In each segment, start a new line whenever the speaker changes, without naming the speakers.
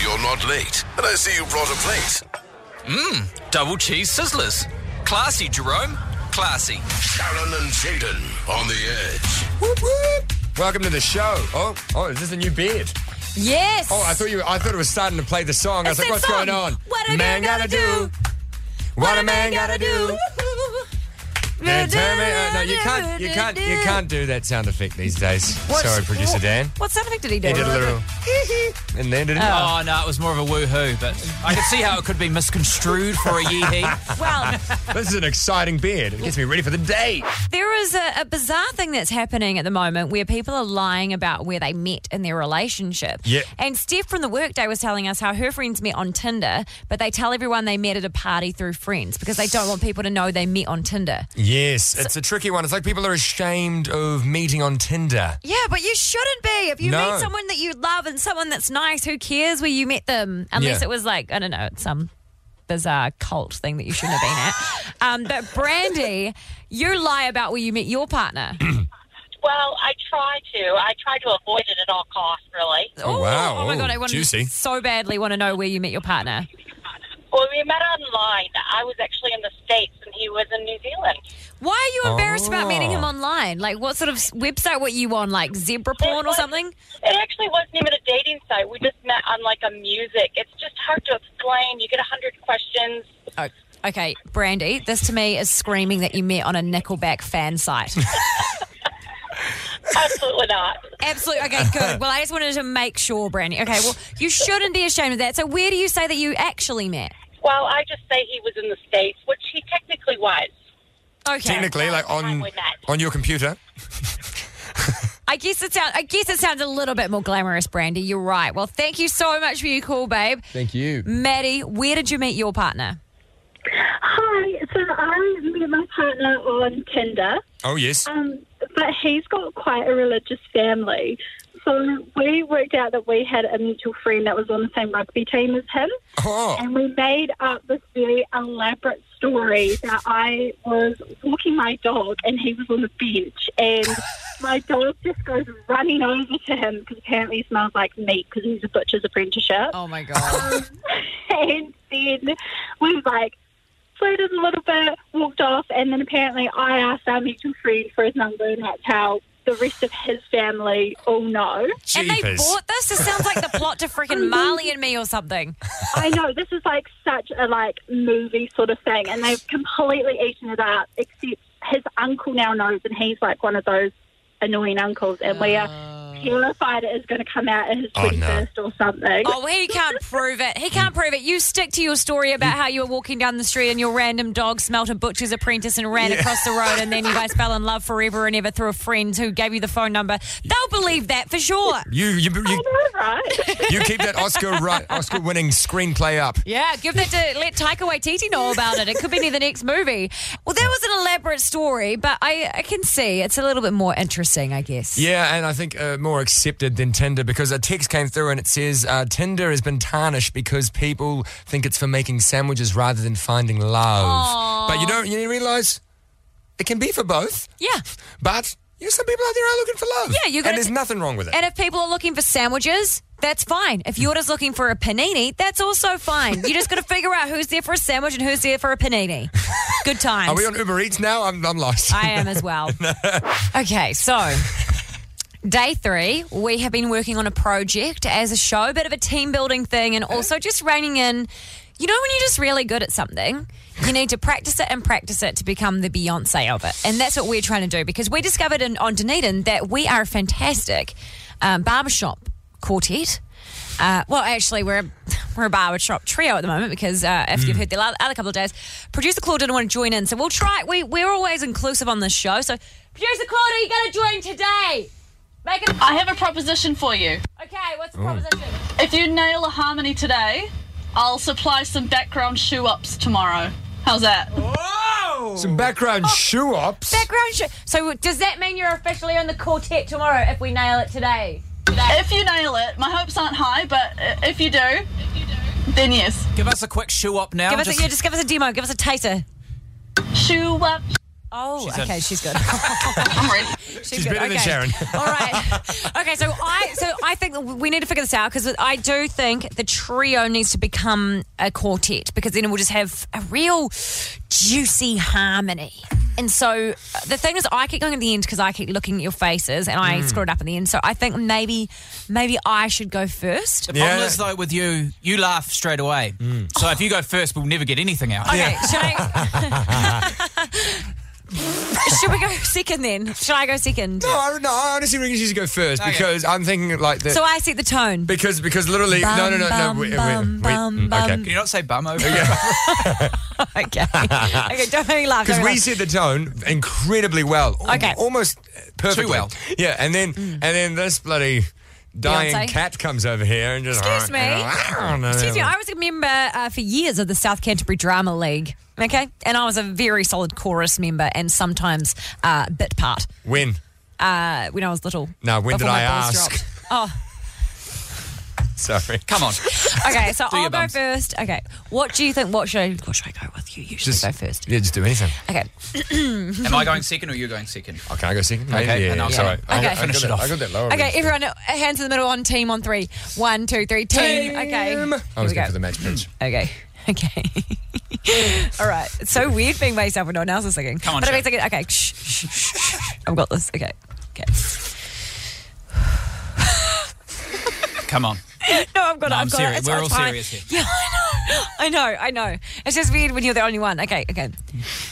You're not late, and I see you brought a plate.
Double cheese sizzlers. Classy, Jerome. Classy.
Sharon and Jaden on the edge.
Welcome to the show. Oh, oh, is this a new beard?
Yes.
Oh, I thought you. I thought it was starting to play the song.
It's
I was like,
that
what's
song.
going on?
What a man gotta do.
What a man gotta do. They turn me- uh, No, you can't. You can't. You can't do that sound effect these days.
What's-
Sorry, producer
what-
Dan.
What sound effect did he do?
He did a little, and then did not
Oh, no, it was more of a woohoo, but I could see how it could be misconstrued for a yee hee.
Well,
Oh, This is an exciting beard. It gets me ready for the day.
there is a, a bizarre thing that's happening at the moment where people are lying about where they met in their relationship.
Yeah.
And Steph from the workday was telling us how her friends met on Tinder, but they tell everyone they met at a party through friends because they don't want people to know they met on Tinder.
Yes, it's a tricky one. It's like people are ashamed of meeting on Tinder.
Yeah, but you shouldn't be. If you
No.
meet someone that you love and someone that's nice, who cares where you met them? Unless
Yeah.
it was like, I don't know, it's some bizarre cult thing that you shouldn't have been at. Um, but Brandy, you lie about where you met your partner.
Well, I try to. I try to avoid it at all costs, really.
Oh, wow.
Oh, my God, I
Oh,
want
juicy.
to so badly want to know where you met your partner.
When we met online, I was actually in the States and he was in New Zealand.
Why are you embarrassed about meeting him
Oh.
online? Like, what sort of s- website were you on? Like, zebra porn or something?
It actually wasn't even a dating site. We just met on like a music. It's just hard to explain. You get a hundred questions.
Oh, okay, Brandy, this to me is screaming that you met on a Nickelback fan site.
Absolutely not.
Absolutely. Okay, good. Well, I just wanted to make sure, Brandy. Okay, well, you shouldn't be ashamed of that. So, where do you say that you actually met?
Well, I just say he was in the States, which he technically was.
Okay.
Technically, like on
Time with that.
on your computer.
I guess it sounds. I guess it sounds a little bit more glamorous, Brandy. You're right. Well, thank you so much for your call, babe.
Thank you.
Maddie, where did you meet your partner?
Hi, so I met my partner on Tinder,
Oh yes.
um, but he's got quite a religious family. So we worked out that we had a mutual friend that was on the same rugby team as him,
Oh.
and we made up this very elaborate story that I was walking my dog and he was on the bench, and my dog just goes running over to him because apparently he smells like meat because he's a butcher's apprenticeship.
Oh my god.
and then we like flirted a little bit, walked off, and then apparently I asked our mutual friend for his number, and that's how the rest of his family all know.
and they
Jeepers.
bought this. This sounds like the plot to freaking Marley and Me or something.
I know this is like such a like movie sort of thing, and they've completely eaten it up. Except his uncle now knows, and he's like one of those annoying uncles, and we are
Ah.
terrified it is going to come out at his
Oh, no.
twenty first or something.
Oh, he can't prove it. He can't prove it. You stick to your story about how you were walking down the street and your random dog smelt a butcher's apprentice and ran across the road, and then you guys fell in love forever and ever through a friend who gave you the phone number. They'll believe that for sure.
You you you,
I know, right?
you keep that Oscar right, Oscar winning screenplay up.
Yeah, give that to let Taika Waititi know about it. It could be near the next movie. Well, that was an elaborate story, but I, I can see it's a little bit more interesting, I guess.
Yeah, and I think uh, more accepted than Tinder because a text came through and it says uh, Tinder has been tarnished because people think it's for making sandwiches rather than finding love. But you don't you realise it can be for both.
Yeah.
But you know, some people out there are looking for love.
Yeah, you gotta
and there's
t-
nothing wrong with it.
And if people are looking for sandwiches, that's fine. If you're just looking for a panini, that's also fine. You just got to figure out who's there for a sandwich and who's there for a panini. Good times.
are we on Uber Eats now? I'm, I'm lost.
I am as well. Okay, so day three, we have been working on a project as a show, a bit of a team building thing, and also just reining in. You know, when you're just really good at something, you need to practice it and practice it to become the Beyonce of it. And that's what we're trying to do because we discovered in, on Dunedin that we are a fantastic um, barbershop quartet. Uh, well, actually, we're a, we're a barbershop trio at the moment because uh, if
Hmm.
you've heard the la- other couple of days, producer Claude didn't want to join in, so we'll try. We we're always inclusive on this show, so producer Claude, are you going to join today? Make it
I have a proposition for you.
okay. What's
Oh.
the proposition?
If you nail a harmony today, I'll supply some background shoe ups tomorrow. How's that?
Some
Oh,
background shoe ops.
Background show. So does that mean you're officially on the quartet tomorrow if we nail it today?
If you nail it, my hopes aren't high, but uh, if you do, then yes.
Give us a quick shoe up now.
Give us a, yeah, just give us a demo. Give us a taster.
Shoe up,
Oh,
She's
okay,
in.
she's good.
I'm ready.
She's
good.
better than Sharon.
All right. Okay, so I so I think that we need to figure this out because I do think the trio needs to become a quartet because then we'll just have a real juicy harmony. And so uh, the thing is, I keep going at the end because I keep looking at your faces and
Mm.
I screwed up in the end. So I think maybe maybe I should go first.
The problem is, though, with you, you laugh straight away. So if you go first, we'll never get anything out.
Okay, should I? should we go second then? Should I go second?
No, I, no, I honestly reckon she should go first
Okay.
because I'm thinking like that.
So I set the tone.
because because literally no no no no
Bum,
we, we,
bum,
we,
bum,
mm, okay
bum.
Can you not say bum over?
Okay. okay, don't make me laugh. don't make
Because
me
we
laugh.
said the tone incredibly well. Al-
Okay. Mm.
Almost perfectly.
Too well.
Yeah, and then and then this bloody dying
Beyonce?
cat comes over here and just
Excuse me. Excuse me, I was a member uh, for years of the South Canterbury Drama League. Okay, and I was a very solid chorus member and sometimes uh, bit part
When?
uh, when I was little.
No, when
before
did
my
I
balls
ask?
dropped. Oh,
Sorry.
Come on.
okay. So
Do your
I'll go
bums.
first. Okay, what do you think? What should I? What should I go with? You usually go first.
Yeah, just do anything.
Okay.
Am I going second or you going second?
Oh, can I go second?
Okay,
yeah,
and I'll
yeah,
go.
sorry. I
Okay.
got- I
Finish
got
it
that-
off.
I got that lower.
Okay,
rim.
everyone, uh, hands in the middle on team on three. One, two, three, team. Okay.
Team. I
Here
was
we
going
go.
for the match pitch.
Okay. Okay. All right. It's so weird being by yourself when no one else is singing.
Come on,
But
Shay.
if I sing it, okay. Shh, shh, shh, shh. I've got this. Okay. Okay.
Come on.
No, I've got
No,
it. I've
I'm
got
serious.
it. It's,
We're
it's
all
fine.
serious here.
Yeah, I know. I know. I know. It's just weird when you're the only one. Okay. Okay.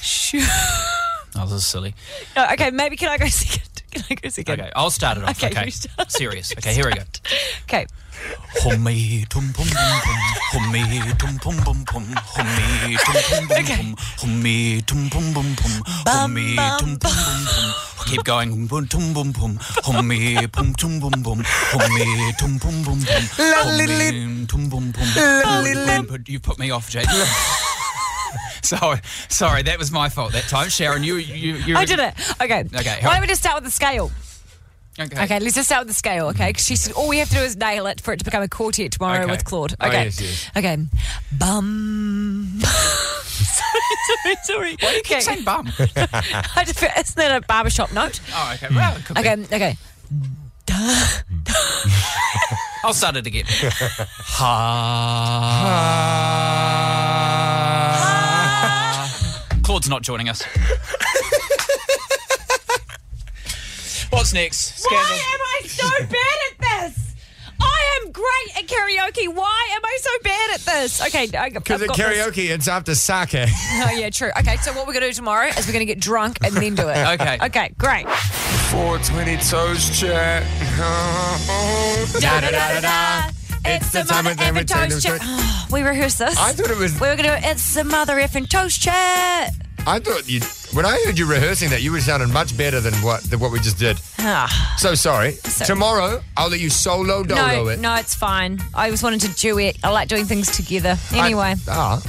Shh.
Oh, this is silly.
No, okay. Maybe can I go second? Can I go second?
Okay, I'll start it off.
Okay,
Okay,
you start.
serious. Okay, here we go.
Okay.
Homie tum pum pum pum. Homie tum pum pum pum. Homie tum pum pum pum. Homie tum pum pum pum. Homie tum pum pum pum. Keep going. Pum tum pum pum. Homie pum tum pum pum. Homie tum pum pum pum. Homie tum pum pum.
You put, you put me off, Jake. sorry, sorry, that was my fault that time, Sharon. You, you, you.
I did it. Okay.
Okay,
Why
alright.
don't we just start with the scale?
Okay.
Okay, let's just start with the scale, okay? 'Cause she said all we have to do is nail it for it to become a quartet tomorrow
Okay.
with Claude.
Oh,
Okay.
yes, yes.
Okay. Bum. sorry, sorry, sorry. Okay.
Same bum.
I just, feel- isn't that a barbershop note?
Oh, okay. Well, it could be.
Okay, okay.
I'll start it again. Claude's not joining us. What's next?
Why
Scandal.
am I so bad at this? I am great at karaoke. Why am I so bad at this? Okay, I,
Because at karaoke, it's after sake.
Oh yeah, true. Okay, so what we're gonna do tomorrow is we're gonna get drunk and then do it.
Okay.
Okay, great.
420 toast chat.
Da, da, da, da, da. It's the mother effing toast chat. we rehearsed this.
I thought it was.
we were gonna. do It's the mother effing toast chat.
I thought you. When I heard you rehearsing that, you were sounding much better than what than what we just did.
Ah,
So sorry. Tomorrow, I'll let you solo dolo
no,
it.
no, it's fine. I just wanted to duet. I like doing things together.
I-
Anyway,
ah.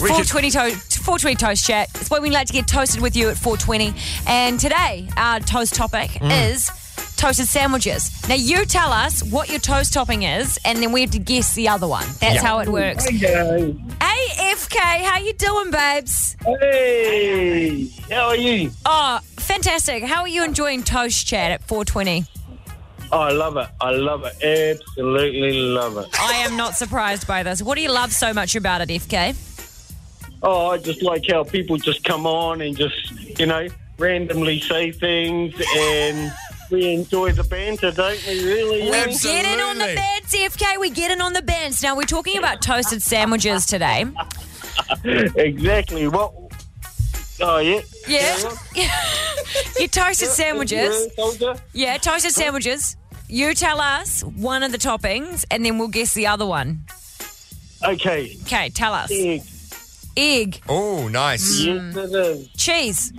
we
four
could-
twenty toast, four twenty toast chat. It's when we like to get toasted with you at four twenty. And today our toast topic is toasted sandwiches. Now you tell us what your toast topping is, and then we have to guess the other one. That's how it works.
Hey,
AFK, how you doing, babes?
hey, how are you?
Oh, fantastic. How are you enjoying Toast Chat at 420?
Oh, I love it. I love it. Absolutely love it.
I am not surprised by this. What do you love so much about it, FK?
Oh, I just like how people just come on and just, you know, randomly say things and we enjoy the banter, don't we, really?
We get in on the
Absolutely.
beds, FK. We get in on the beds. Now, we're talking about toasted sandwiches today.
Exactly. What? Oh, yeah.
Yeah. your toasted sandwiches.
Yeah, soldier.
Yeah, toasted sandwiches. You tell us one of the toppings, and then we'll guess the other one.
Okay.
Okay, tell us.
Egg.
Egg,
Oh, nice.
Hmm.
Yes, it is.
cheese.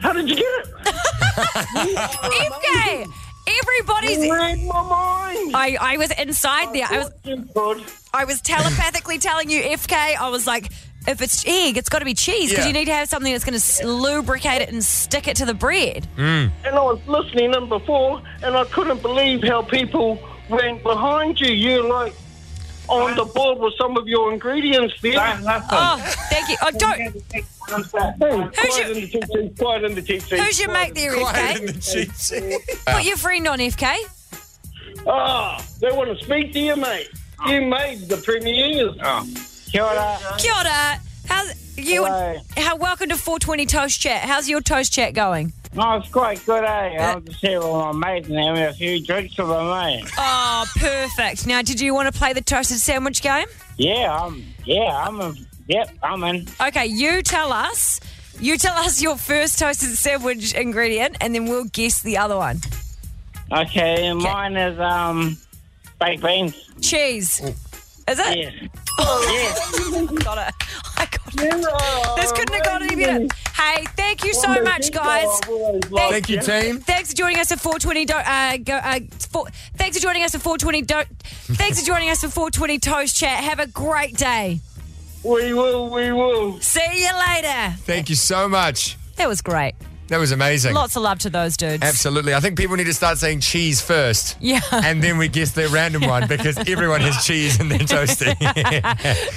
How did you get it?
FK, everybody's.
You read my mind.
I, I was inside there. Oh, I was
Good.
I was telepathically telling you FK. I was like, if it's egg, it's got to be cheese because
Yeah.
you need to have something that's going to lubricate it and stick it to the bread.
Mm.
and I was listening in before, and I couldn't believe how people went behind you. You're like on the board with some of your ingredients there.
Oh, thank you. Oh, don't
Who's
your-
in the cheap seats, Quiet in the cheap seats.
Who's your mate there,
Quiet in
FK?
the cheap seat.
Put your friend on, FK.
Oh, they want to speak to you, mate. You made the premier. Oh. Kia ora.
Kia ora. How's you?
Hello.
How welcome to 420 Toast Chat. How's your Toast Chat going?
No, it's quite good, eh? I was just here with my mate and having a few drinks with eh? my mate.
Oh, perfect. Now, did you want to play the toasted sandwich game?
Yeah, I'm, yeah, I'm, a, yep, I'm in.
Okay, you tell us. You tell us your first toasted sandwich ingredient, and then we'll guess the other one.
Okay, and mine is, um, baked beans.
Cheese. Is it? Oh.
Yes.
Got it. I got it. This couldn't have got any better. Hey, thank you so much, guys.
Thank you, team.
Thanks for joining us at 420. Do- uh, go, uh, four, thanks for joining us at 420. Do- thanks for joining us at 420 Toast Chat. Have a great day.
We will, we will.
See you later.
Thank you so much.
That was great.
That was amazing.
Lots of love to those dudes.
Absolutely. I think people need to start saying cheese first.
Yeah.
And then we guess the random one because everyone has cheese in their toasty.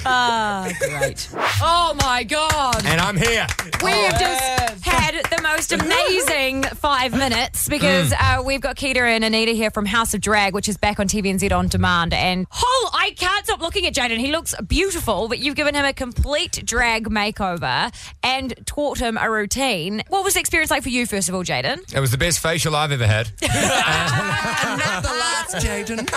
Great. Oh my god.
and I'm here.
We have just had the most amazing five minutes because uh, we've got Keita and Anita here from House of Drag, which is back on TVNZ on demand. And oh, I can't stop looking at Jaden. He looks beautiful, but you've given him a complete drag makeover and taught him a routine. What was the experience like for you, first of all, Jaden?
It was the best facial I've ever had.
Not the last, Jaden.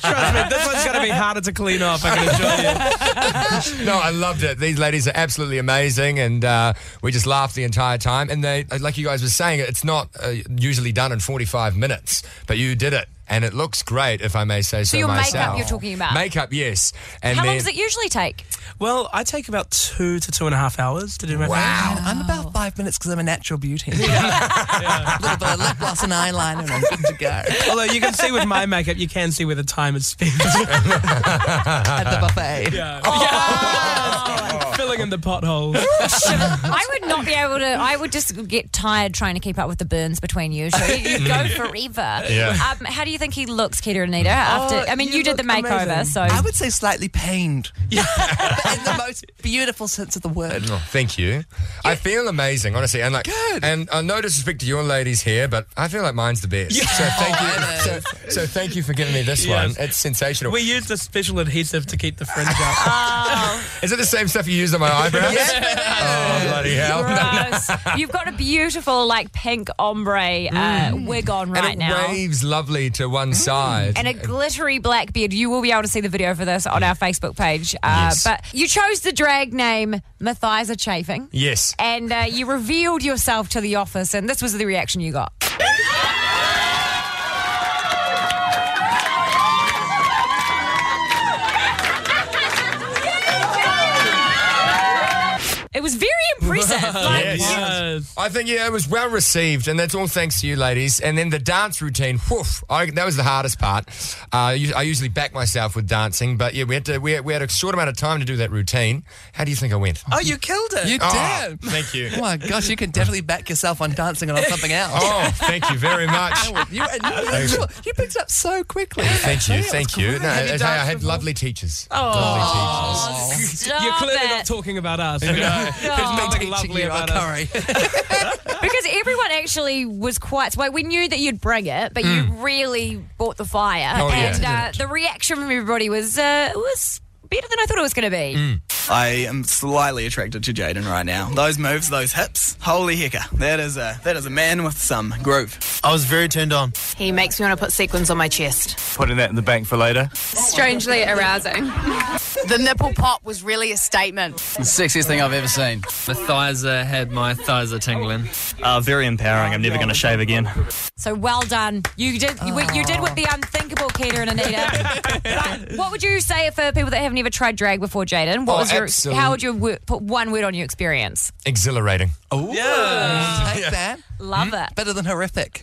Trust me, this one's going to be harder to clean off, I can assure you.
No, I loved it. These ladies are absolutely amazing, and uh, we just laughed the entire time. And they, like you guys were saying, it's not uh, usually done in 45 minutes, but you did it, and it looks great, if I may say so,
your makeup
myself.
you're talking about?
Makeup, yes. And
How
then,
long does it usually take?
Well, I take about two to two and a half hours to do my
Wow.
makeup. I'm about five minutes because I'm a natural beauty. A little bit of lip gloss and eyeliner, and I'm good to go. Although you can see with my makeup, you can see where the time is spent at the buffet. Yeah, Yeah. filling in the potholes.
I would not be able to. I would just get tired trying to keep up with the burns between you. So you, you go forever.
Mm. Yeah.
Um, how do you think he looks, Keita and
Oh,
Anita? After I mean, you, did the makeover, so
I would say slightly pained. Yeah, in the most beautiful sense of the word.
Oh, thank you. I feel amazing, honestly. And like, and uh, no disrespect to your ladies here, but I feel like mine's the best. So thank you. So, so thank you for giving me this
Yes.
one. It's sensational.
We used a special adhesive to keep the fringe up.
Oh. Is it the same stuff you used on my eyebrows? Oh bloody hell!
gross. You've got a beautiful like pink ombre uh, wig on
Mm. And
right
it
now.
waves lovely to one
Mm.
side.
And a glittery black beard. You will be able to see the video for this on our Facebook page. Uh,
Yes.
But you chose the drag name Mathiza Chafing.
yes.
And uh, you revealed yourself to the office, and this was the reaction you got. It was very impressive. Like,
Yes.
Yes.
I think yeah, it was well received, and that's all thanks to you, ladies. And then the dance routine, woof, I, that was the hardest part. Uh, you- I usually back myself with dancing, but yeah, we had to we had, we had a short amount of time to do that routine. How do you think I went?
Oh, you killed it. You
Oh, thank you.
Oh my gosh, you can definitely back yourself on dancing and on something else.
Oh, thank you very much.
You, and you, you, you picked it up so quickly.
Thank you, thank you. No,
Have you
I- I
danced
had
before?
lovely teachers.
Oh,
stop it.
talking about us.
nothing
Oh, lovely about us.
Because everyone actually was quite. Well, we knew that you'd bring it, but you really bought the fire,
Oh, yeah.
and uh, the reaction from everybody was uh, was better than I thought it was going to be.
I am slightly attracted to Jaden right now. Those moves, those hips. Holy hecker. That is a that is a man with some groove.
I was very turned on.
He makes me want to put sequins on my chest.
Putting that in the bank for later.
Strangely arousing. the nipple pop was really a statement.
Sexiest thing I've ever seen.
Mathiza had my thighs are tingling.
Uh, very empowering. I'm never going to shave again.
So well done. You did you, you did with the unthinkable, Keita and Anita. But what would you say for people that have never tried drag before, Jaden? What
Oh,
was your
absolute-
how would you wo- put one word on your experience?
Exhilarating.
Oh.
Yeah. Take that.
Love
Hmm?
it.
Better than horrific.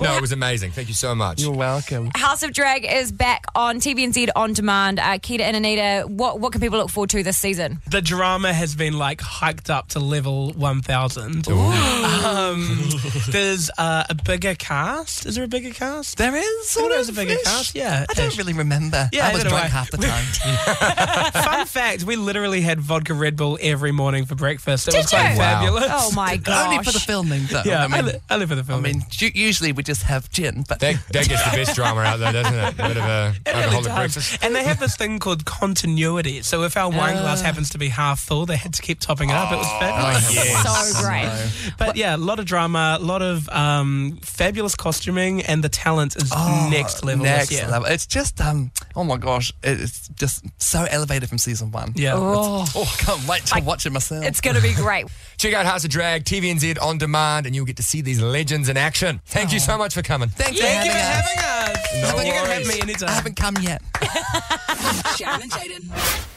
No, it was amazing. Thank you so much.
welcome.
House of Drag is back on TVNZ on on demand. Uh, Keita and Anita, what, what can people look forward to this season?
The drama has been like hiked up to level 1000. Um, there's uh, a bigger cast. Is there a bigger cast? There is. There is a bigger cast, yeah.
I don't really remember.
Yeah,
I was
neither do
drunk
I.
half the time.
Fun fact, we literally had vodka Red Bull every morning for breakfast. It
Did
was quite
you? Wow.
fabulous.
Oh my Only for the gosh. filming, though.
Yeah,
I
I
mean-
li- I live for the filming.
I mean, u- usually we just have gin, but
that, that gets the best drama out there, doesn't it? A bit of a
It really
alcoholic
does.
breakfast.
And they have this thing called continuity. So if our wine glass happens to be half full, they had to keep topping it up. It was fabulous.
Oh, yes. So great. No.
But yeah, a lot of drama, a lot of um, fabulous costuming, and the talent is next level
Next
this year.
level. It's just um. Oh my gosh, it's just so elevated from season one.
Yeah.
Oh, oh I can't wait to watch it myself.
It's going to be great.
Check out House of Drag, TVNZ on demand, and you'll get to see these legends in action. Thank you so much for coming.
Thank you.
Oh. Thank you for
having
having us.
No
you can
worries.
have me anytime.
I haven't come yet.
Sharon and Jaden.